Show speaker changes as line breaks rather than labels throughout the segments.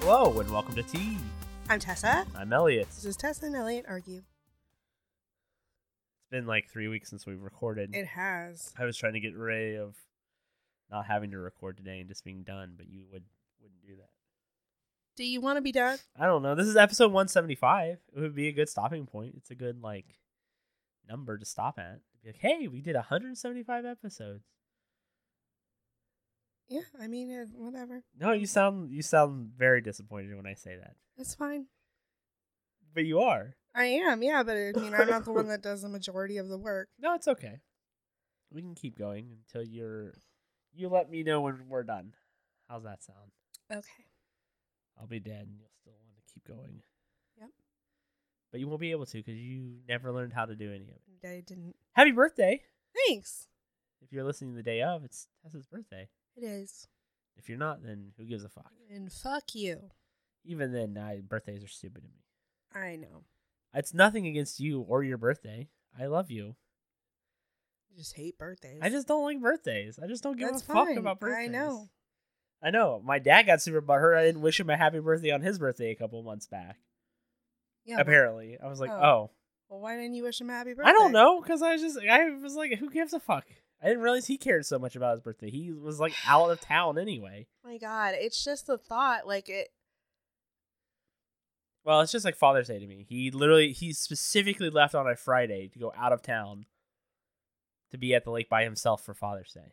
Hello and welcome to Tea.
I'm Tessa.
I'm Elliot.
This
It's
is Tessa and Elliot argue.
been like three weeks since we've recorded.
It has.
I was trying to get rid of not having to record today and just being done, but you would wouldn't do that.
Do you want to be done?
I don't know. This is episode 175. It would be a good stopping point. It's a good like number to stop at. Be like, hey, we did 175 episodes.
Yeah, I mean, uh, whatever.
No, you sound you sound very disappointed when I say that,
It's fine.
but you are.
I am, yeah, but I mean, I'm not the one that does the majority of the work.
No, it's okay. We can keep going until you're. You let me know when we're done. How's that sound?
Okay.
I'll be dead, and you'll still want to keep going.
Yep.
But you won't be able to because you never learned how to do any of it.
I didn't.
Happy birthday!
Thanks.
If you're listening the day of, it's Tessa's birthday.
It is.
If you're not, then who gives a fuck?
And fuck you.
Even then, I, birthdays are stupid to me.
I know.
It's nothing against you or your birthday. I love you.
I just hate birthdays.
I just don't like birthdays. I just don't give
That's
a fuck
fine.
about
I
birthdays.
know.
I know. My dad got super butthurt. I didn't wish him a happy birthday on his birthday a couple months back.
Yeah. but-
Apparently, I was like,
Oh.
oh,
Well, why didn't you wish him a happy birthday?
I don't know, because I was just, I was like, who gives a fuck? I didn't realize he cared so much about his birthday. He was like out of town anyway.
My God, it's just the thought. Like it.
Well, it's just like Father's Day to me. He literally, he specifically left on a Friday to go out of town to be at the lake by himself for Father's Day.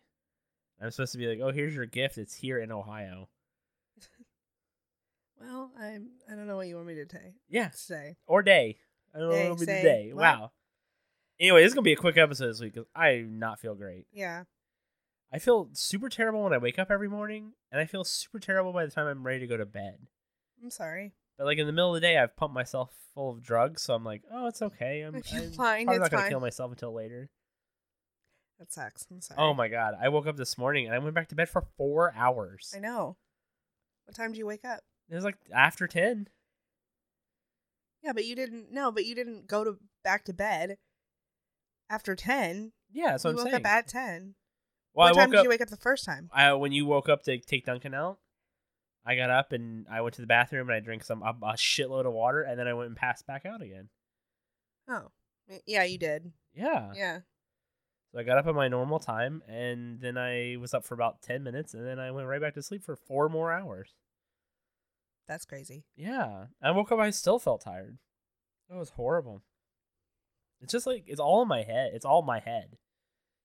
I'm supposed to be like, oh, here's your gift. It's here in Ohio.
Well, I'm. I don't know what you want me to ta-
Yeah.
say.
or day. I don't know
Day,
it'll be the
say,
day.
what?
Wow. Anyway, this is gonna be a quick episode this week because I do not feel great.
Yeah.
I feel super terrible when I wake up every morning, and I feel super terrible by the time I'm ready to go to bed.
I'm sorry.
But like in the middle of the day, I've pumped myself full of drugs, so I'm like, oh, it's okay. I'm, I'm
I feel fine,
probably
it's
not gonna
fine.
kill myself until later.
That sucks. I'm sorry.
Oh my god, I woke up this morning and I went back to bed for four hours.
I know. What time do you wake up?
It was like after ten.
Yeah, but you didn't. No, but you didn't go to back to bed after ten.
Yeah, that's what
you
I'm
woke
saying.
up at ten.
well,
what
I
time
woke
did
up.
you wake up the first time?
I when you woke up to take Duncan out, I got up and I went to the bathroom and I drank some a, a shitload of water and then I went and passed back out again.
Oh, Y- yeah, you did.
Yeah.
Yeah,
So I got up at my normal time and then I was up for about 10 minutes and then I went right back to sleep for 4 more hours.
that's crazy.
Yeah. I woke up I still felt tired. It was horrible. It's just like it's all in my head. It's all my head.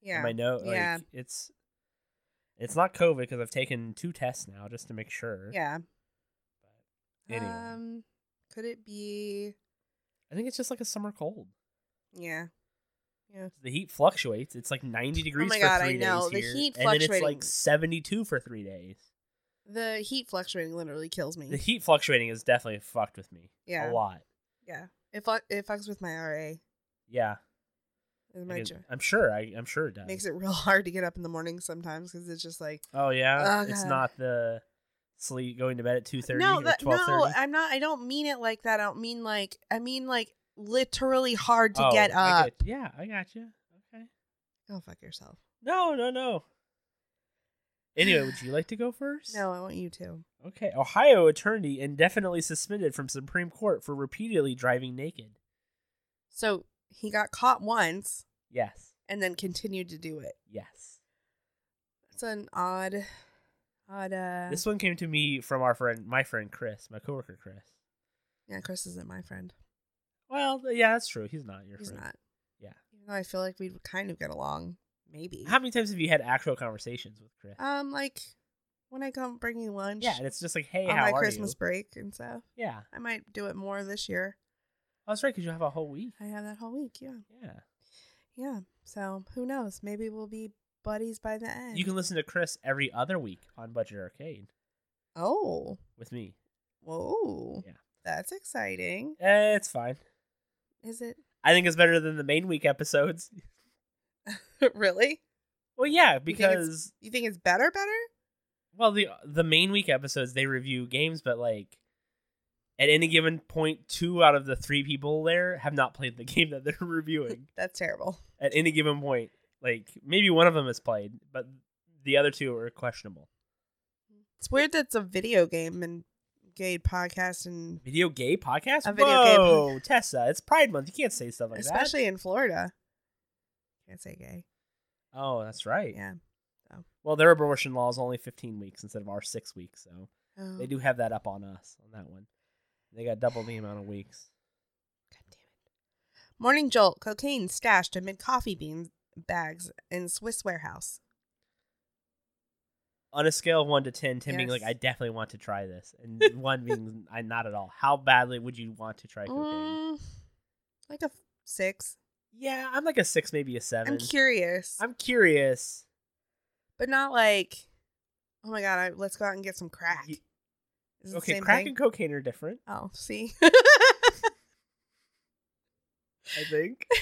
Yeah,
my nose.
Yeah.
Like, it's it's not COVID because I've taken two tests now just to make sure.
yeah.
Anyway,
Um, could it be?
I think it's just like a summer cold.
Yeah, yeah.
The heat fluctuates. It's like 90 degrees
Oh my
for
God,
three
I know.
days
The
here,
heat
and then it's
fluctuating.
like 72 for three days.
The heat fluctuating literally kills
The
me.
heat fluctuating has definitely fucked with me.
Yeah.
a lot.
Yeah, it fu- it fucks with my RA.
Yeah,
It
I
might
can- I'm sure. I, I'm sure it does.
makes it real hard to get up in the morning sometimes because it's just like
oh yeah,
Ugh.
it's not the sleep going to bed at 2:30
no,
or
that-
12:30.
no, I'm not. I don't mean it like that. I don't mean like. I mean like literally hard to
Oh,
get
I
up.
get- yeah, I got you. Okay.
Go fuck yourself.
No, no, no. Anyway, would you like to go first?
No, I want you to.
Okay. Ohio attorney indefinitely suspended from Supreme Court for repeatedly driving naked.
So he got caught once
Yes.
and then continued to do it.
Yes.
It's an odd, odd. uh
This one came to me from our friend, my friend Chris, my coworker Chris.
Yeah, Chris isn't my friend.
Well, th- yeah, that's true. He's not your
He's
friend.
not.
Yeah.
Even though I feel like we'd kind of get along, maybe.
How many times have you had actual conversations with Chris?
Um, like when I come bring you lunch.
yeah, and it's just like, hey,
on
how
my
are
Christmas
you?
break and stuff.
Yeah,
I might do it more this year.
oh, that's right, because you have a whole week.
I have that whole week. Yeah.
Yeah,
Yeah. So who knows? Maybe we'll be buddies by the end.
you can listen to Chris every other week on Budget Arcade
Oh.
with me.
Whoa.
Yeah.
That's exciting.
Eh, it's fine.
Is it
I think it's better than the main week episodes.
really?
Well, yeah,
think it's-
because
You think it's better, better?
Well, the the main week episodes they review games, but like at any given point, two out of the three people there have not played the game that they're reviewing.
That's terrible.
at any given point, like maybe one of them has played, but the other two are questionable.
It's weird that it's a video game and gay podcast and
Video gay podcast?
A video gay
Whoa, Tessa, it's Pride Month. You can't say stuff like
especially in Florida. Can't say gay.
that. Oh, that's right.
Yeah.
Well, their abortion law is only 15 weeks instead of our six weeks, so
Oh,
they do have that up on us on that one. They got double the amount of weeks.
God damn it. Morning jolt. Cocaine stashed amid coffee bean bags in Swiss warehouse.
On a scale of one to ten, ten being like,
Yes.
I definitely want to try this, and one being, I not at all. How badly would you want to try cocaine?
Mm, like a f- six.
Yeah, I'm like a six, maybe a 7
I'm curious,
I'm curious.
but not like, oh my god, I, let's go out and get some crack.
Ye-
Is it the
Okay,
same
crack
thing?
and cocaine are different,
Oh, see.
I think.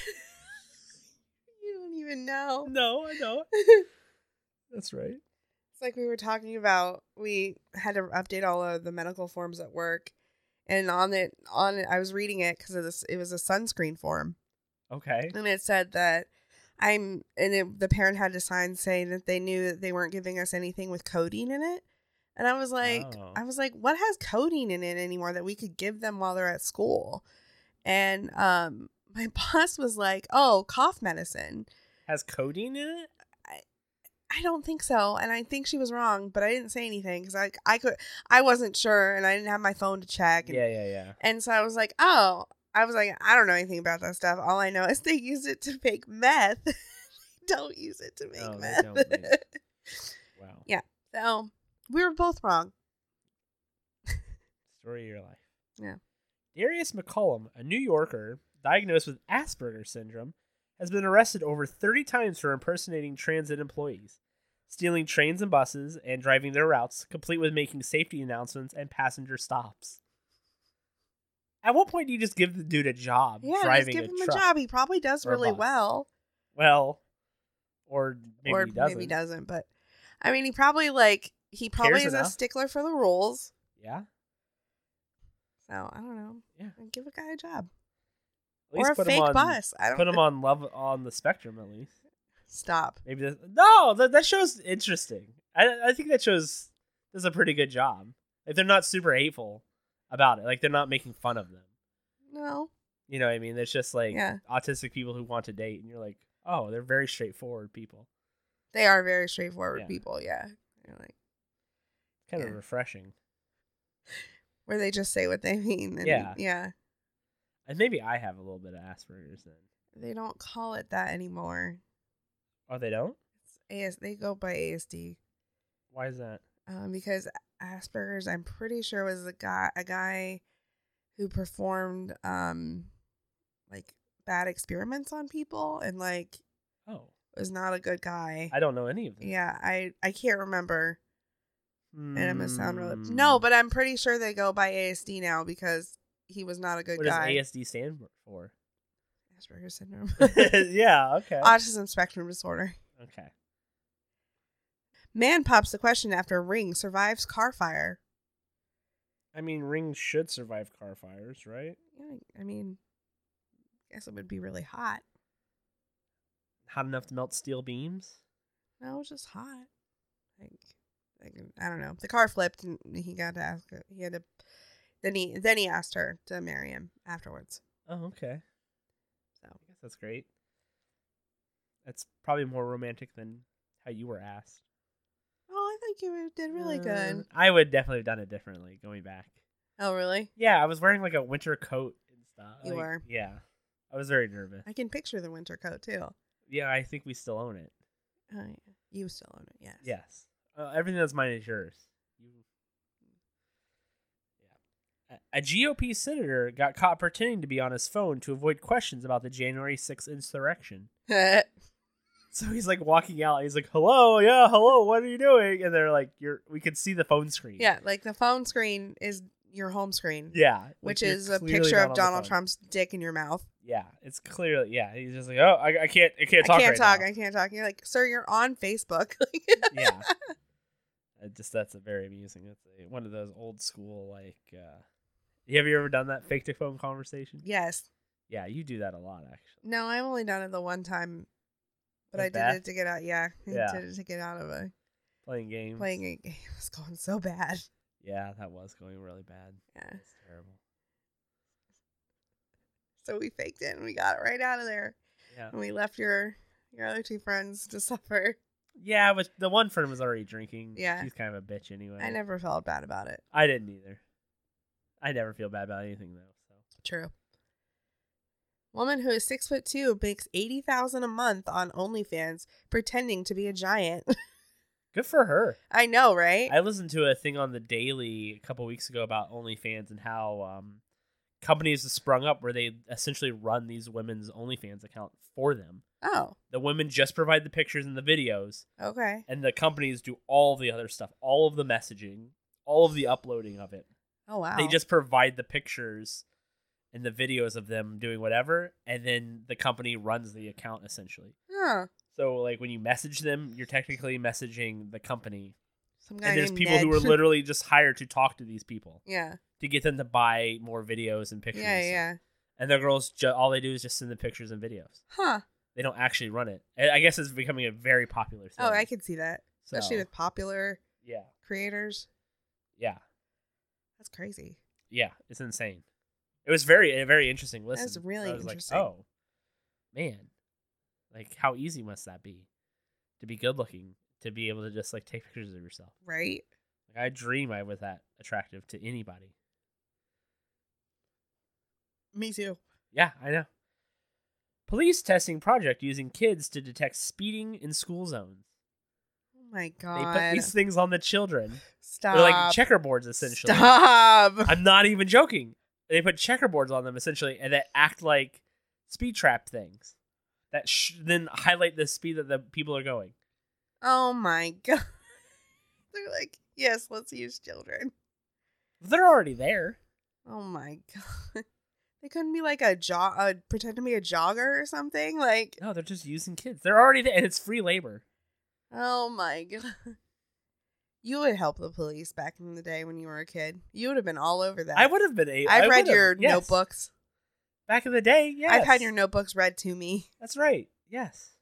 You don't even know.
no, I know.
it's
That's right.
like we were talking about. We had to update all of the medical forms at work, and on it, on it, I was reading it because of this. It was a sunscreen form,
Okay.
and it said that I'm, and it, the parent had to sign saying that they knew that they weren't giving us anything with codeine in it. And I was like,
Oh.
I was like, what has codeine in it anymore that we could give them while they're at school? And um, my boss was like, oh, cough medicine.
Has codeine in it?
I don't think so, and I think she was wrong, but I didn't say anything because I I could I wasn't sure, and I didn't have my phone to check. And,
Yeah, yeah, yeah.
and so I was like, oh, I was like, I don't know anything about that stuff. All I know is they use it to make meth. They don't use it to make
No, they
meth.
don't make- Wow.
Yeah. so we were both wrong.
Story of your life.
Yeah.
Darius McCollum, a New Yorker diagnosed with Asperger's syndrome, has been arrested over 30 times for impersonating transit employees, stealing trains and buses, and driving their routes, complete with making safety announcements and passenger stops. At what point do you just give the dude a job
Yeah, just
driving
give
a
him
truck?
a job. He probably does
or a
really
bus.
well,
Well, or maybe
or
he doesn't.
maybe doesn't. But I mean, he probably like he probably
Cares
is a
enough.
stickler for the rules.
Yeah.
So I don't know.
Yeah.
give a guy a job
At least
or a
put
fake
him on,
bus. I don't
Put him on love on the spectrum at least.
Stop.
Maybe that no, that that show's interesting. I I think that shows does a pretty good job. Like they're not super hateful about it. Like they're not making fun of them.
No.
You know what I mean? It's just like
Yeah.
autistic people who want to date, and you're like, oh, they're very straightforward people.
They are very straightforward
Yeah.
people, yeah. They're like
Kind
Yeah.
of refreshing.
where they just say what they mean. And
Yeah.
Yeah.
And maybe I have a little bit of Asperger's then.
They don't call it that anymore.
Oh, they don't?
It's AS they go by ASD.
Why is that?
Um, because Asperger's I'm pretty sure was a guy a guy who performed um like bad experiments on people and like
Oh,
was not a good guy.
I don't know any of them.
yeah, I I can't remember.
Hmm.
And I'm gonna sound really No, but I'm pretty sure they go by ASD now because he was not a good
what
guy.
does ASD stand for?
Asperger's syndrome.
yeah. Okay.
Autism spectrum disorder.
okay.
Man pops the question after ring survives car fire.
I mean, rings should survive car fires, right?
Yeah, I mean, guess it would be really hot.
Hot enough to melt steel beams.
No, it was just hot. Like, like I don't know. The car flipped, and he got to ask. her- He had to. Then he then he asked her to marry him afterwards.
Oh, okay.
So.
I guess that's great. That's probably more romantic than how you were asked.
Oh, I think you did really
Uh,
good.
I would definitely have done it differently going back.
Oh, really?
Yeah, I was wearing like a winter coat and stuff.
You
like,
were.
Yeah, I was very nervous.
I can picture the winter coat too.
Yeah, I think we still own it.
Oh, yeah. You still own it, yes.
Yes, uh, everything that's mine is yours. You. Yeah. A- A GOP senator got caught pretending to be on his phone to avoid questions about the January 6th insurrection.
Yeah.
So he's like walking out. He's like, "Hello, yeah, hello. What are you doing?" And they're like, "You're." We could see the phone screen.
yeah, like the phone screen is your home screen.
yeah. like,
Which
you're
is a
clearly
picture
not
of
on the
Donald
phone.
Trump's dick in your mouth.
Yeah, it's clearly yeah. He's just like, "Oh, I, I can't, I can't
I
talk."
can't
right
talk.
now."
I can't talk. You're like, sir, you're on Facebook. Like,
yeah. I just that's a very amusing. That's a, one of those old school like. uh Have you ever done that fake to phone conversation?
yes.
Yeah, you do that a lot actually.
No, I've only done it the one time, but
With
I did
Beth?
it to get out. Yeah, I
Yeah.
did it to get out of a
Playing games.
playing a game. It was going so bad.
Yeah, that was going really bad.
Yeah.
That's terrible.
So we faked it and we got it right out of there.
Yeah.
And we left your your other two friends to suffer.
Yeah, but the one friend was already drinking.
Yeah.
She's kind of a bitch anyway.
I never felt bad about it.
I didn't either. I never feel bad about anything though. So
True. Woman who is six foot two makes eighty thousand a month on OnlyFans pretending to be a giant.
good for her.
I know, right?
I listened to a thing on the Daily a couple weeks ago about OnlyFans and how um, companies have sprung up where they essentially run these women's OnlyFans account for them.
oh,
The women just provide the pictures and the videos,
okay.
and the companies do all the other stuff, all of the messaging, all of the uploading of it.
Oh wow.
They just provide the pictures and the videos of them doing whatever, and then the company runs the account essentially.
huh.
So like when you message them, you're technically messaging the company.
Some guy
And there's
named
people who
Ned.
are literally just hired to talk to these people
yeah.
to get them to buy more videos and pictures.
Yeah. Yeah.
And the girls, ju- all they do is just send the pictures and videos.
Huh.
They don't actually run it. I I guess it's becoming a very popular thing.
Oh, I could see that,
So,
especially with popular
yeah,
creators.
yeah,
That's crazy.
yeah. It's insane. It was very, a very interesting. Listen,
That's really
I was like,
interesting.
oh man, like how easy must that be to be good looking, to be able to just like take pictures of yourself.
Right?
Like, I dream I was that attractive to anybody.
Me too.
Yeah, I know. Police testing project using kids to detect speeding in school zones.
Oh my
They
god.
put these things on the children.
Stop.
They're like checkerboards essentially.
Stop.
I'm not even joking. They put checkerboards on them essentially, and that act like speed trap things that sh- then highlight the speed that the people are going.
Oh my god. They're like, yes, let's use children.
They're already there.
Oh my god. They couldn't be like a jog, uh, pretend to be a jogger or something. Like,
No, they're just using kids. They're already there, and it's free labor.
oh my god. You would help the police back in the day when you were a kid. You would have been all over that.
I would have been able.
I've read
would've,
your
yes.
notebooks.
back in the day. Yeah,
I've had your notebooks read to me
That's right. Yes.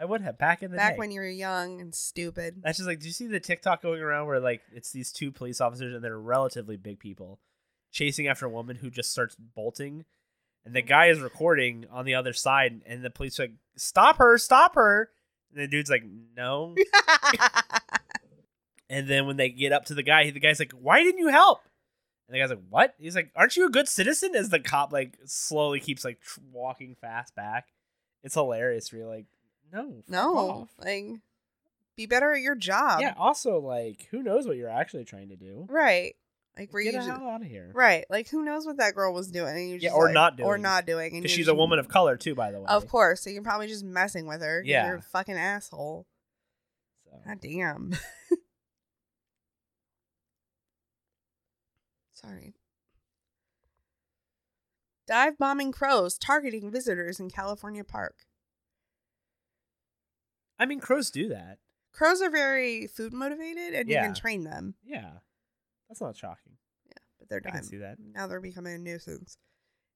I would have back in the
back
day.
when you were young and stupid.
That's just like, do you see the TikTok going around where like it's these two police officers and they're relatively big people chasing after a woman who just starts bolting, and the guy is recording on the other side, and the police are like, "Stop her! Stop her!" And the dude's like, "No." and then when they get up to the guy, the guy's like, "Why didn't you help?" And the guy's like, "What?" He's like, "Aren't you a good citizen?" As the cop like slowly keeps like tr- walking fast back. It's hilarious. Where you're like, "No, fuck
no,
off."
like, be better at your job.
Oh. yeah. Also, like, who knows what you're actually trying to do?
Right. Like, were
Get
you
the
ju-
hell out of here.
Right. Like who knows what that girl was doing? And you
Yeah,
just
or
like-
not
Or
doing.
not doing. and
Because
you're
she's
just-
a woman of color too, by the way.
Of course. So you're probably just messing with her. 'cause
Yeah.
You're a fucking asshole.
So,
God damn. Sorry. Dive bombing crows targeting visitors in California park.
I mean, crows do that.
Crows are very food motivated and you
Yeah.
can train them,
Yeah, that's not shocking.
but they're
I can
dying.
see that.
Now they're becoming a nuisance.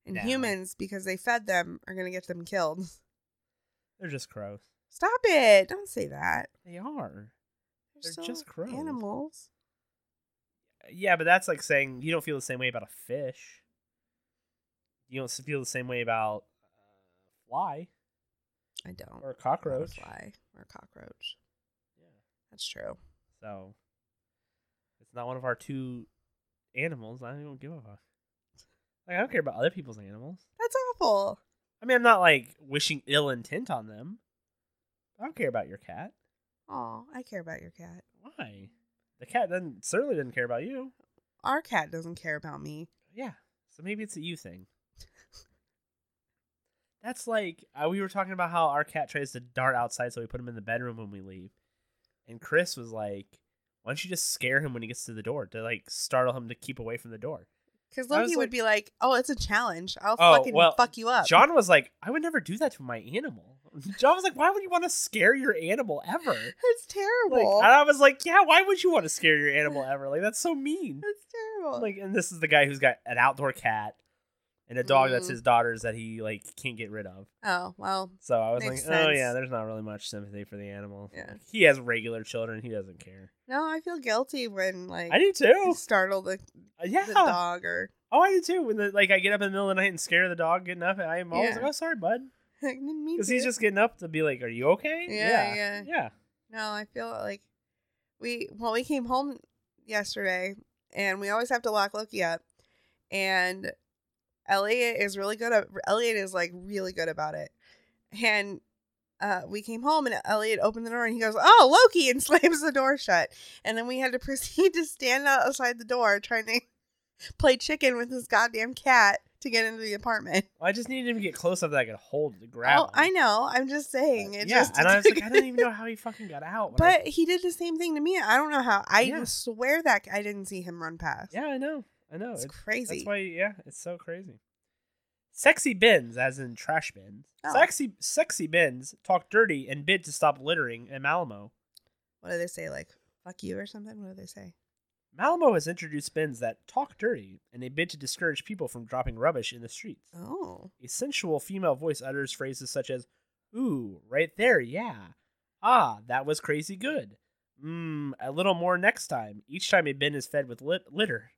And
Now.
humans, because they fed them, are going to get them killed.
They're just crows.
Stop it. Don't say that.
They are. They're
still
just crows.
Animals.
Yeah, but that's like saying you don't feel the same way about a fish. You don't s- feel the same way about a fly
I don't.
or a
I'm not a
cockroach.
Fly or a cockroach.
Yeah.
That's true.
So it's not one of our two animals. I don't give a fuck. Like I don't care about other people's animals.
That's awful.
I mean, I'm not like wishing ill intent on them. I don't care about your cat.
Oh, I care about your cat.
Why? The cat doesn't certainly doesn't care about you.
Our cat doesn't care about me.
Yeah. So maybe it's a you thing. That's like uh, we were talking about how our cat tries to dart outside, so we put him in the bedroom when we leave. And Chris was like, "Why don't you just scare him when he gets to the door to like startle him to keep away from the door?"
Because
I
Loki
was
would
like-
be like, "Oh, it's a challenge. I'll
Oh,
fucking
well,
fuck you up."
John was like, "I would never do that to my animal." John was like, "Why would you want to scare your animal ever?"
That's
Like,
terrible.
and I was like, "Yeah, why would you want to scare your animal ever? Like that's so mean."
That's terrible.
Like, and this is the guy who's got an outdoor cat and a dog that's
Mm.
his daughter's that he like can't get rid of.
Oh well,
So I was
Makes
like, oh yeah,
sense.
there's not really much sympathy for the animal.
Yeah.
Like, he has regular children. He doesn't care.
no, I feel guilty when like
I do too. Uh,
startle the,
Oh. Yeah.
the dog or
Oh, I do too. When the, like I get up in the middle of the night and scare the dog getting up, I'm always
Yeah.
like, oh sorry, bud,
didn't mean
because he's
to.
just getting up to be like, are you okay?
Yeah,
Yeah.
yeah.
Yeah.
No, I feel like we well we came home yesterday and we always have to lock Loki up and Elliot is really good at Elliot is like really good about it. And uh, we came home and Elliot opened the door and he goes, "Oh, Loki!" and slams the door shut. And then we had to proceed to stand outside the door trying to play chicken with this goddamn cat to get into the apartment.
Well, I just needed him to get close enough that I could hold the grab.
Oh, I know. I'm just saying. It
yeah,
just
and I was like, I don't even know how he fucking got out. when I-
But he did the same thing to me. I don't know how. I
Yeah.
swear that I didn't see him run past.
yeah, I know, I know.
it's
It-
crazy.
That's why, yeah, it's so crazy. Sexy bins, as in trash bins.
Oh.
Sexy, sexy bins talk dirty and bid to stop littering in Malmo.
what do they say? Like "fuck you" or something? What do they say?
Malmo has introduced bins that talk dirty and they bid to discourage people from dropping rubbish in the streets.
Oh,
A sensual female voice utters phrases such as, "Ooh, right there, yeah. Ah, that was crazy good. Mmm, a little more next time." Each time a bin is fed with lit- litter.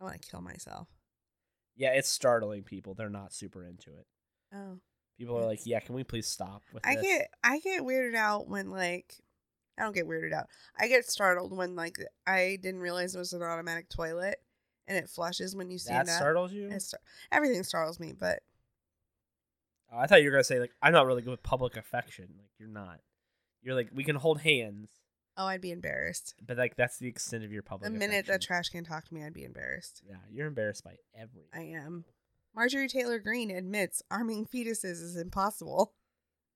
I want to kill myself.
Yeah, it's startling people. They're not super into it.
Oh,
People are like, "Yeah, can we please stop with
I
this?"
get I get weirded out when like I don't get weirded out. I get startled when like I didn't realize it was an automatic toilet and it flushes when you see
that,
that.
startles you?
It star- everything startles me, but
Oh, I thought you were gonna say like, "I'm not really good with public affection." Like, you're not. You're like, we can hold hands,
oh, I'd be embarrassed.
but like that's the extent of your public.
The minute
affection.
that trash can talked to me, I'd be embarrassed.
yeah, you're embarrassed by everything.
I am. Marjorie Taylor Greene admits arming fetuses is impossible.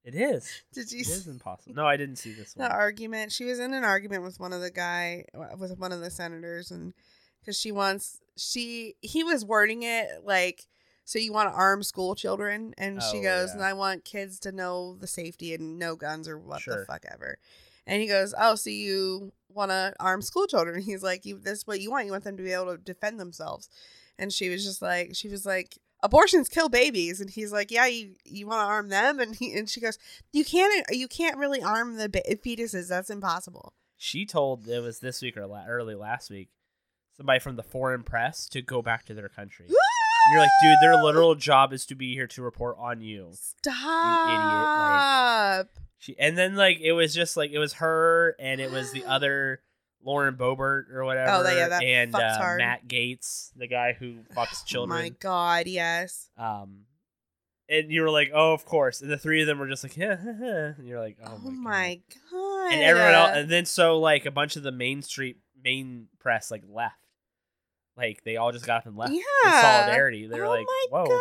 It is.
Did you
It is
see
impossible. No, I didn't see this
the
one.
argument? She was in an argument with one of the guy with one of the senators, and because she wants she he was wording it like so you want to arm school children, and she
Oh,
goes,
yeah.
and I want kids to know the safety and no guns or what the
Sure.
fuck ever, and he goes, oh, so you want to arm school children? He's like, you this is what you want? You want them to be able to defend themselves? and she was just like she was like abortions kill babies and he's like yeah you, you want to arm them and he and she goes you can't you can't really arm the ba- fetuses that's impossible
She told it was this week or la- early last week. Somebody from the foreign press to go back to their country. You're like, dude, their literal job is to be here to report on you.
stop
She and then like it was just like it was her and it was the other Lauren Bobert or whatever.
Oh, that- yeah, that
and
fucks
uh,
hard.
Matt Gates, the guy who fucks
oh my
children.
god yes
um, and you were like, oh, of course. And the three of them were just like, and you're like,
oh,
oh,
my,
God.
god.
And everyone else, and then so like a bunch of the main street main press like left, like they all just got up and left in
Yeah.
solidarity. They were
oh
like,
my
whoa,
god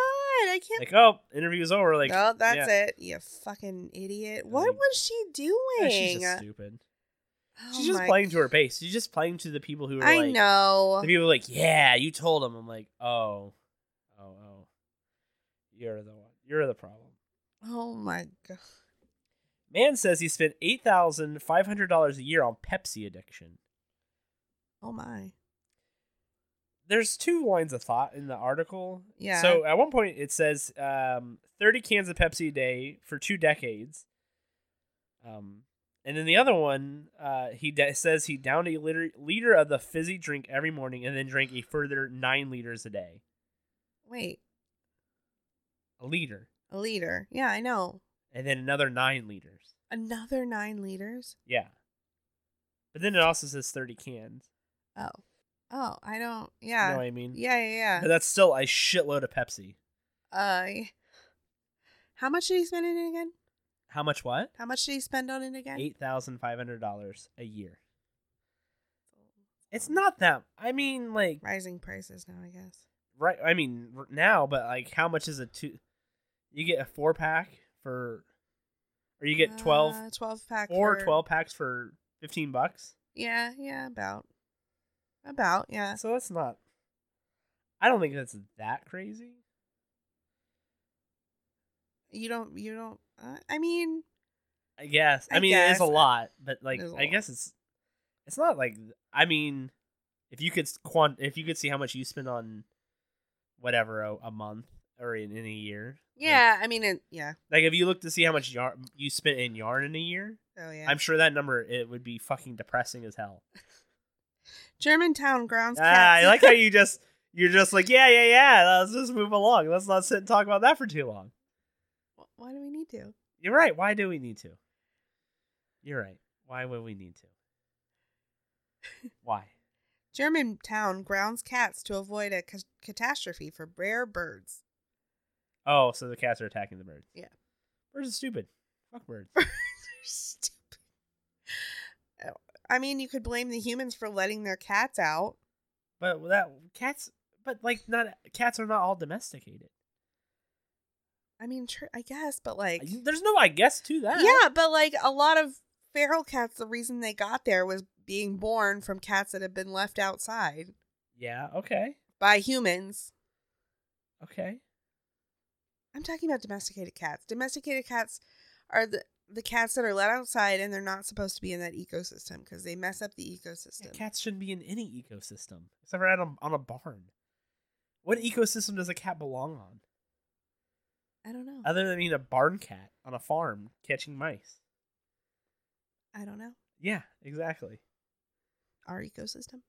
i can't
like oh, interview's over. Like,
no that's
yeah.
it you fucking idiot what
Like,
was she doing
Yeah, she's just stupid.
Oh
She's just
my-
playing to her base. She's just playing to the people who are
i
like,
know
the people are like, yeah, you told him. I'm like, oh, oh, oh, you're the one. You're the problem.
oh my god
Man says he spent eight thousand five hundred dollars a year on Pepsi addiction.
oh my
There's two lines of thought in the article.
Yeah.
So at one point it says um, thirty cans of Pepsi a day for two decades. Um, and then the other one, uh, he de- says he downed a liter-, liter of the fizzy drink every morning and then drank a further nine liters a day.
wait
A liter.
A liter. Yeah, I know.
and then another nine liters.
Another nine liters.
Yeah. But then it also says 30 cans.
Oh. Oh, I don't.
You know
Yeah.
what I mean?
yeah, yeah,
But that's still a shitload of Pepsi.
yeah. Uh, y- how much did he spend on it again?
How much what?
How much did he spend on it again?
$8,500 a year. It's not that. I mean, like,
Rising prices now, I guess.
right. I mean, r- now, but like, how much is a two? You get a four pack for, or you get 12
Uh, 12 pack.
or
for-
12 packs for 15 bucks.
Yeah, yeah, about. About, yeah.
So that's not. I don't think that's that crazy.
You don't, you don't. Uh, I mean,
I guess. I,
I
mean, it is
guess.
a
uh,
lot, but like,
It is a
I
lot.
guess it's it's not like I mean, if you could s- quant if you could see how much you spend on whatever a, a month or in, in a year. Like-
Yeah, I mean, it, yeah.
Like, if you look to see how much yarn you spent in yarn in a year,
Oh yeah.
I'm sure that number it would be fucking depressing as hell.
Germantown grounds.
Ah, I
cats.
like how you just you're just like yeah yeah yeah. Let's just move along. Let's not sit and talk about that for too long.
Wh- Why do we need to?
You're right. Why do we need to? You're right. Why would we need to? Why?
Germantown grounds cats to avoid a ca- catastrophe for rare birds.
Oh, so the cats are attacking the birds.
Yeah.
Birds are stupid. Fuck birds.
Stupid. Oh, I mean, you could blame the humans for letting their cats out.
but that cats. But like not cats are not all domesticated.
I mean, tr- I guess, but like,
There's no I guess to that.
yeah, but like a lot of feral cats, the reason they got there was being born from cats that had been left outside
Yeah. Okay.
by humans.
Okay.
I'm talking about domesticated cats. Domesticated cats are the the cats that are let outside and they're not supposed to be in that ecosystem because they mess up the ecosystem.
Yeah, cats shouldn't be in any ecosystem except for at a, on a barn. What ecosystem does a cat belong on?
I don't know.
Other than being a barn cat on a farm catching mice.
I don't know.
Yeah, exactly.
Our ecosystem,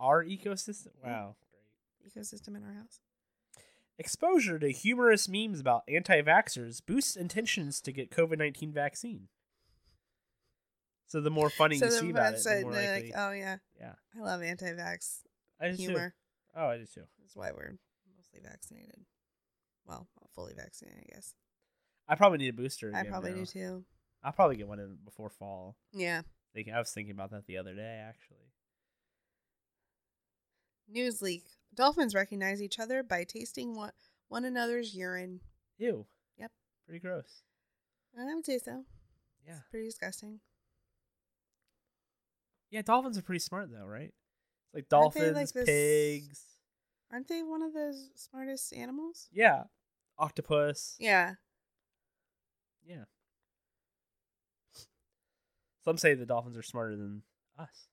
Our ecosystem.
Mm.
Wow.
ecosystem in our house.
Exposure to humorous memes about anti vaxxers boosts intentions to get COVID 19 vaccine. So the more funny you
the
see about it,
vets
the
said-
more
they're
likely.
like, oh yeah,
yeah.
I love anti-vax
I do
humor.
too. Oh, I do too.
That's why we're mostly vaccinated. Well, not fully vaccinated, I guess.
I probably need a booster.
I
again
probably
now.
do too.
I'll probably get one in before fall.
Yeah.
Thinking, I was thinking about that the other day, actually.
News leak: Dolphins recognize each other by tasting one one another's urine.
Ew.
Yep.
Pretty gross.
I would say so.
Yeah.
It's pretty disgusting.
Yeah, dolphins are pretty smart though, right? Like
Aren't they,
dolphins,
like, this-
pigs.
Aren't they one of the smartest animals?
Yeah. Octopus.
Yeah.
Yeah. Some say the dolphins are smarter than us.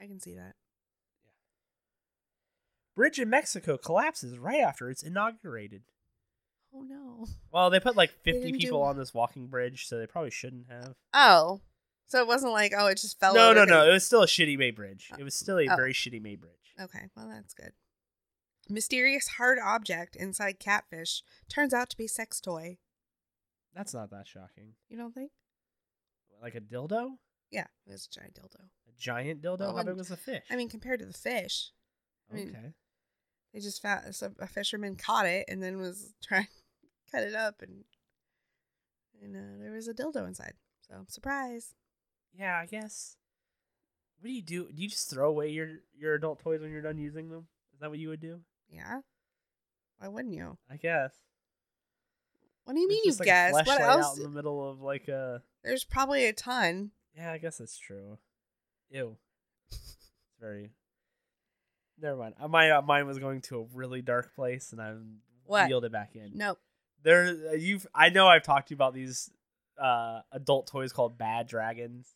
I can see that.
Bridge in Mexico collapses right after it's inaugurated.
Oh no.
Well, they put like
They
50
didn't do-
people on this walking bridge, so they probably shouldn't have.
Oh. So it wasn't like, oh, it just fell
no,
over
no,
'cause-
no. It was still a shitty May bridge. It was still a
Oh.
very shitty May bridge.
Okay, well, that's good. Mysterious hard object inside catfish turns out to be sex toy.
That's not that shocking.
You don't think?
Like a dildo?
Yeah, it was a giant dildo.
A giant dildo?
Well,
How
when-
big was the fish?
I mean, compared to the fish, I mean-
okay.
they just found so a fisherman caught it and then was trying to cut it up, and and uh, there was a dildo inside. So surprise.
Yeah, I guess. What do you do? Do you just throw away your your adult toys when you're done using them? Is that what you would do?
Yeah. Why wouldn't you?
I guess.
What do you mean
There's just,
you
like, a
guess? What
fleshlight out
else?
in the middle of like a?
There's probably a ton.
Yeah, I guess that's true. Ew. It's very. Never mind. Uh, My uh, mind was going to a really dark place, and I
What?
reeled it back in.
Nope.
There, uh, you've. I know I've talked to you about these uh adult toys called Bad Dragons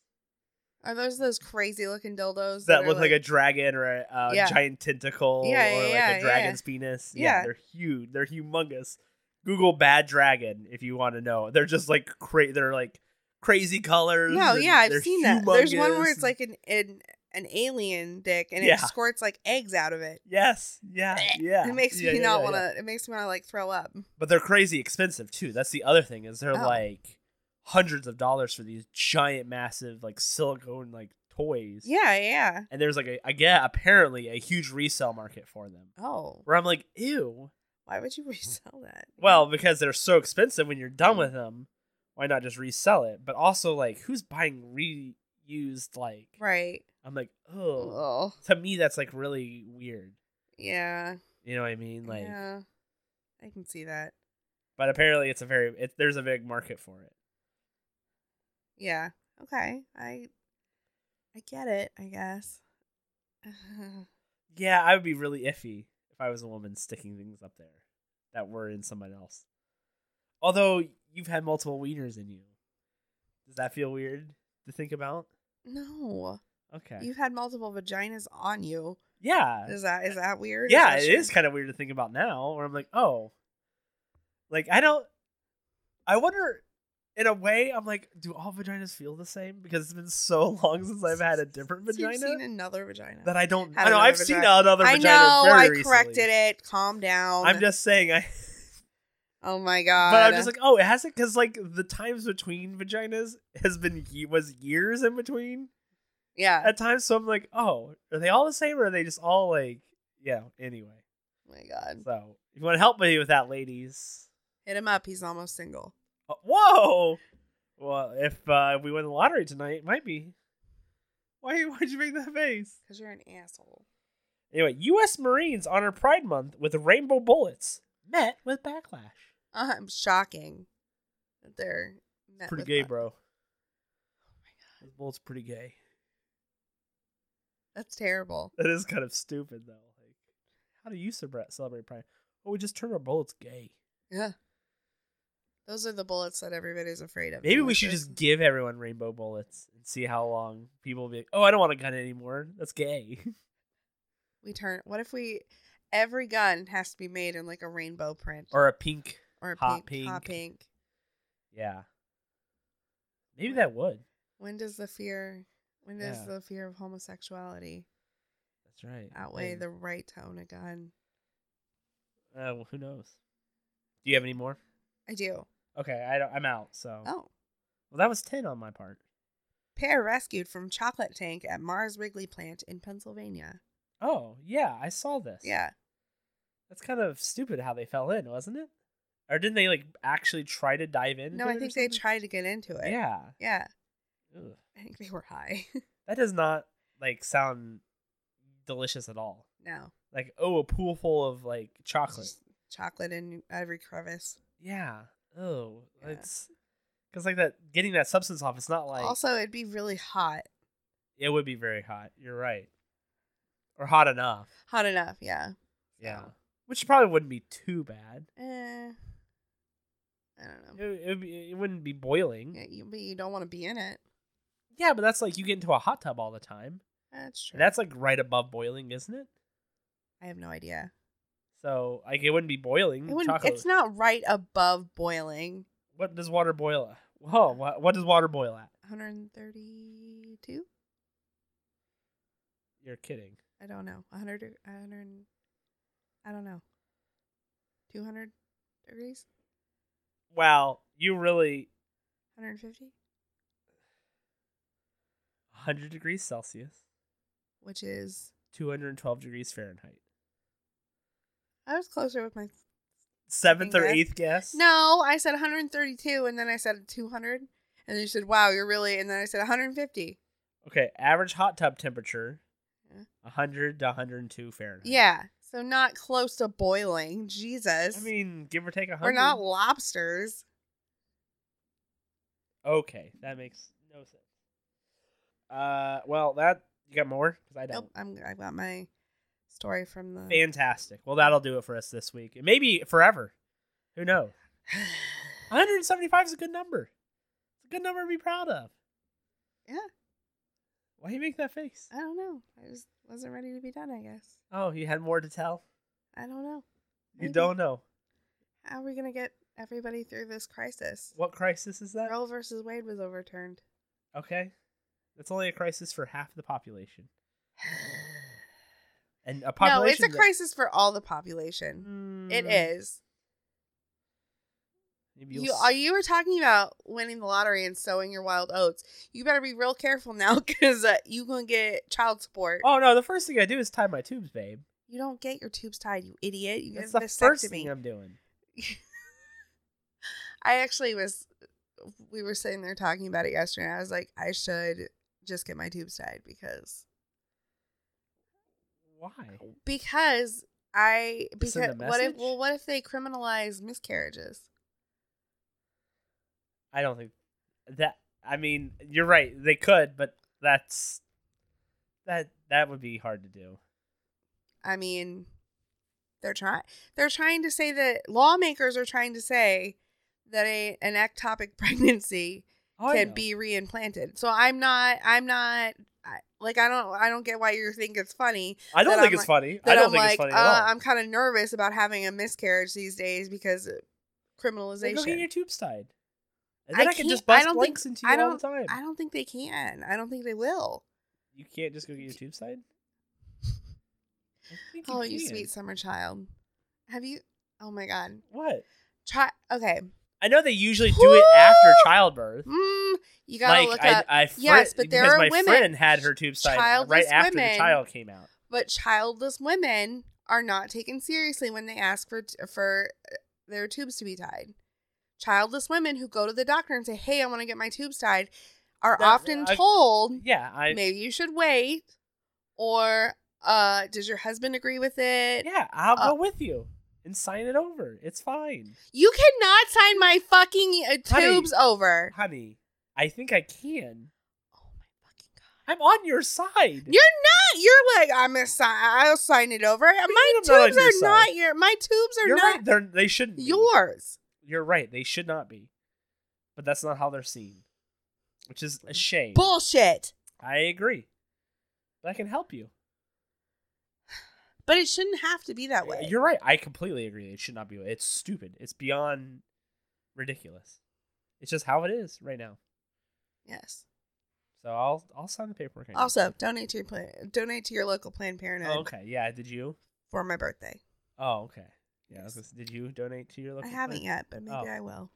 Are those those crazy looking dildos
that
are
look like, a dragon or a uh,
Yeah.
giant tentacle
Yeah,
or
yeah,
like
yeah,
a
yeah.
dragon's penis. Yeah.
Yeah.
they're huge. They're humongous. Google bad dragon if you want to know. They're just like cra- they're like crazy colors.
No,
and
yeah,
they're
I've seen that. There's one
humongous
where it's
and-
like an an, an alien dick and
Yeah.
it squirts like eggs out of it.
yes, yeah, yeah.
Eh, It makes
yeah,
me
yeah,
not
yeah,
want
yeah.
to. It makes me want to like throw up.
But they're crazy expensive too. That's the other thing is they're
Oh.
like hundreds of dollars for these giant, massive like silicone like toys.
Yeah, yeah.
and there's like a I get apparently a huge resale market for them.
Oh,
Where I'm like, ew.
why would you resell that?
Well, because they're so expensive when you're done with them, why not just resell it? But also, like, who's buying reused? Like,
right.
I'm like, oh,
Oh,
to me, that's like really weird.
yeah.
You know what I mean? Like,
yeah, I can see that.
but apparently, it's a very it, there's a big market for it.
Yeah. Okay. I I get it. I guess.
Yeah, I would be really iffy if I was a woman sticking things up there that were in someone else. Although you've had multiple wieners in you, does that feel weird to think about?
no.
Okay.
You've had multiple vaginas on you.
yeah.
Is that is that weird? Is
yeah,
that
it
strange?
is kind of weird to think about now. Where I'm like, oh, like I don't. I wonder. In a way, I'm like, do all vaginas feel the same? Because it's been so long since I've had a different
So
vagina
You've seen another vagina.
that I don't.
had
I know
another
I've seen
vagina.
another
I
vagina.
know.
very
I
recently.
corrected it. Calm down.
I'm just saying. I.
Oh my god.
But I'm just like, oh, it hasn't because like the times between vaginas has been ye- was years in between
yeah.
at times. So I'm like, oh, are they all the same or are they just all like, yeah? Anyway,
Oh my god.
so if you want to help me with that, ladies,
Hit him up. He's almost single.
Uh, Whoa! Well, if uh, we win the lottery tonight, it might be. Why? Why'd you make that face?
Cause you're an asshole.
Anyway, U.S. Marines honor Pride Month with rainbow bullets, met with backlash.
Uh, I'm shocking that they're met
Pretty
with Oh
gay,
that.
bro. Those bullets pretty gay.
That's terrible.
That is kind of stupid though. Like, how do you celebrate celebrate Pride? Oh, we just turn our bullets gay.
Yeah. Those are the bullets that everybody's afraid of.
Maybe
now,
we
like
should
this.
just give everyone rainbow bullets and see how long people will be like, "Oh, I don't want a gun anymore. That's gay."
we turn. What if we? Every gun has to be made in like a rainbow print
or a pink.
or a
hot
pink, hot
pink.
pink.
Yeah. Maybe that would.
When does the fear? When does
Yeah.
the fear of homosexuality
That's right.
outweigh
Hey.
the right to own a gun?
Uh, well, who knows? Do you have any more?
I do.
Okay, I don't, I'm out. So
Oh,
well, that was ten on my part.
pair rescued from chocolate tank at Mars Wrigley plant in Pennsylvania.
Oh yeah, I saw this.
Yeah,
that's kind of stupid how they fell in, wasn't it? Or didn't they like actually try to dive in?
No, I think they tried to get into it.
Yeah.
Yeah.
Ugh.
I think they were high.
That does not like sound delicious at all.
no.
Like oh, a pool full of like chocolate.
Just chocolate in every crevice.
Yeah. Oh,
Yeah.
it's because like that getting that substance off. It's not like
also, it'd be really hot.
It would be very hot. You're right. Or hot enough.
Hot enough, yeah.
Yeah.
So,
Which probably wouldn't be too bad.
eh, I don't know.
It, it, would be- it wouldn't be boiling.
Yeah, you, but you don't want to be in it.
Yeah, but that's like you get into a hot tub all the time.
That's true.
And that's like right above boiling, isn't it?
I have no idea.
So like it wouldn't be boiling.
It wouldn't,
Mm, Chocolate.
it's not right above boiling.
What does water boil at? Whoa, what, what does water boil at?
132?
You're kidding.
I don't know. 100, or- 100, I don't know. 200 degrees?
Wow, you really
150?
100 degrees Celsius,
Which is
212 degrees Fahrenheit.
I was closer with my.
Seventh or
guess.
eighth guess?
No, I said 132, and then I said 200, and then you said, "Wow, you're really," and then I said 150.
Okay, average hot tub temperature,
Yeah.
100 to 102 Fahrenheit.
Yeah, so not close to boiling. Jesus,
I mean, give or take a 100.
we're not lobsters.
Okay, that makes no sense. Uh, well, that you got more because I don't.
Nope, I'm. I got my story from the.
Fantastic. Well, that'll do it for us this week. And Maybe forever. Who knows? 175 is a good number. It's a good number to be proud of.
Yeah. Uh,
Why do you make that face?
I don't know. I just wasn't ready to be done. I guess
Oh, you had more to tell.
I don't know.
You
Maybe.
don't know
How are we gonna get everybody through this crisis?
what crisis is that?
Roe versus Wade was overturned.
Okay, that's only a crisis for half the population, and a population.
no, it's a
that-
crisis for all the population. It
Mm,
is.
maybe you'll
You
s-
uh, you were talking about winning the lottery and sowing your wild oats. You better be real careful now because uh, you gonna get child support.
Oh no! The first thing I do is tie my tubes, babe.
You don't get your tubes tied, you idiot. You
That's
get
the
a
first thing
vasectomy.
I'm doing.
I actually was. We were sitting there talking about it yesterday. And I was like, I should just get my tubes tied because
Why?
because I
To send
because
a
what if
message?
well what if they criminalize miscarriages?
I don't think that. I mean, you're right. They could, but that's that. That would be hard to do.
I mean, they're trying. They're trying to say that lawmakers are trying to say that a an ectopic pregnancy
Oh, I
can
know.
be reimplanted. So I'm not. I'm not. I, Like I don't I don't get why you think it's funny.
I don't
that
think
I'm
it's
like-
funny. I
That
don't
I'm
think
like
it's funny
uh,
at all.
I'm kind of nervous about having a miscarriage these days because of
Like, go get
criminalization.
your tubes tied. And
I
then I, can
can't-
just
I
bust
don't think-
blanks into you
I
all the time.
I don't think they can. I don't think they will.
You can't just go get your tubes tied. I think
Oh, you
can.
sweet summer child. Have you? Oh my god.
What?
Try. Okay.
I know they usually do it after childbirth.
Mm, you gotta
Like
look
I,
up.
I, fri-
Yes, but there
because
are
my
women-
friend had her tubes tied right
childless
after the
women-
child came out.
but childless women are not taken seriously when they ask for for uh, their tubes to be tied. Childless women who go to the doctor and say, "Hey, I want to get my tubes tied," are
That-
often
I-
told,
Yeah, I
"Maybe you should wait," or uh, "Does your husband agree with it?"
yeah, I'll
Uh,
go with you and sign it over. It's fine,
You cannot sign my fucking uh,
Honey.
tubes over.
honey. I think I can.
Oh my fucking god.
I'm on your side.
You're not. You're like I'm a sign. I'll sign it over. My
I'm not on
tubes
your
are
side?
not your. My tubes are
You're
not
right. They're, they shouldn't. Be.
yours.
You're right. They should not be. But that's not how they're seen, which is a shame.
Bullshit.
I agree. But I can help you.
But it shouldn't have to be that way.
You're right. I completely agree. It should not be. It's stupid. It's beyond ridiculous. It's just how it is right now.
yes.
So I'll I'll sign the paperwork. I need
Also,
to.
donate to your plan- donate to your local Planned Parenthood
Oh, okay. Yeah. Did you?
for my birthday.
Oh, okay. Yeah. I was gonna say, did you donate to your local?
I haven't
plan?
yet, but maybe
Oh.
I will.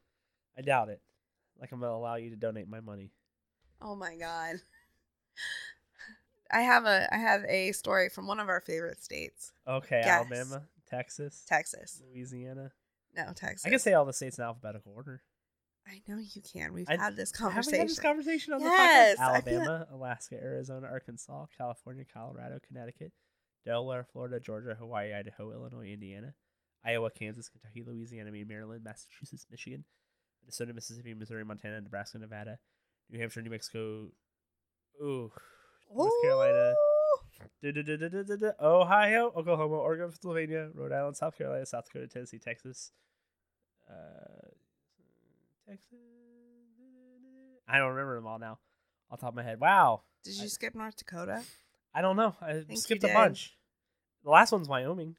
I doubt it. Like I'm gonna allow you to donate my money.
Oh my god. I have a I have a story from one of our favorite states,
Okay.
Yes.
Alabama, Texas,
Texas.
Louisiana.
No, Texas.
I can say all the states in alphabetical order.
I know you can. We've
I-
had this
Have
conversation.
we had this conversation on
Yes,
the podcast?
I feel-
Alabama, Alaska, Arizona, Arkansas, California, Colorado, Connecticut, Delaware, Florida, Georgia, Hawaii, Idaho, Illinois, Indiana, Iowa, Kansas, Kentucky, Louisiana, Maine, Maryland, Massachusetts, Michigan, Minnesota, Mississippi, Missouri, Montana, Nebraska, Nevada, New Hampshire, New Mexico, ooh, North Carolina,
Ooh.
Du-du-du-du-du-du-du. Ohio, Oklahoma, Oregon, Pennsylvania, Rhode Island, South Carolina, South Dakota, Tennessee, Texas. Uh, Texas. I don't remember them all now, off the top of my head. Wow,
Did you skip North Dakota?
I don't know. I
you
skipped a
did.
bunch. The last one's Wyoming.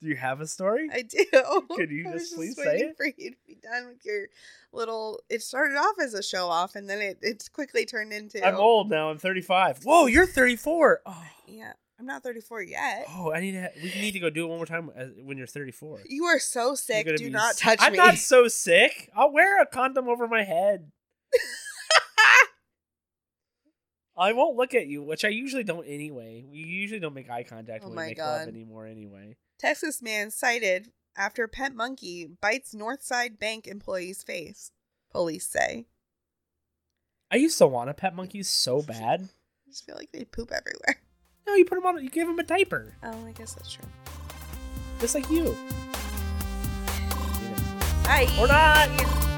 Do you have a story?
I do.
Could you
I was
just please say
waiting
it?
for you to be done with your little. It started off as a show off, and then it it's quickly turned into.
I'm old now. I'm 35. Whoa, you're 34. Oh,
Yeah, I'm not 34 yet.
oh I need to. We need to go do it one more time uh, when you're 34.
You are so
You're
sick.
gonna
Do
be
not
s-
touch
I'm
me.
not so sick. I'll wear a condom over my head. I won't look at you, which I usually don't anyway. We usually don't make eye contact
Oh
when
my
we make love
God.
anymore anyway.
Texas man cited after pet monkey bites Northside Bank employee's face. Police say.
I used to want a pet monkey so bad.
I just feel like they poop everywhere.
No, you put him on. You give him a diaper,
Oh, I guess that's true.
just like you.
Bye.
Or not.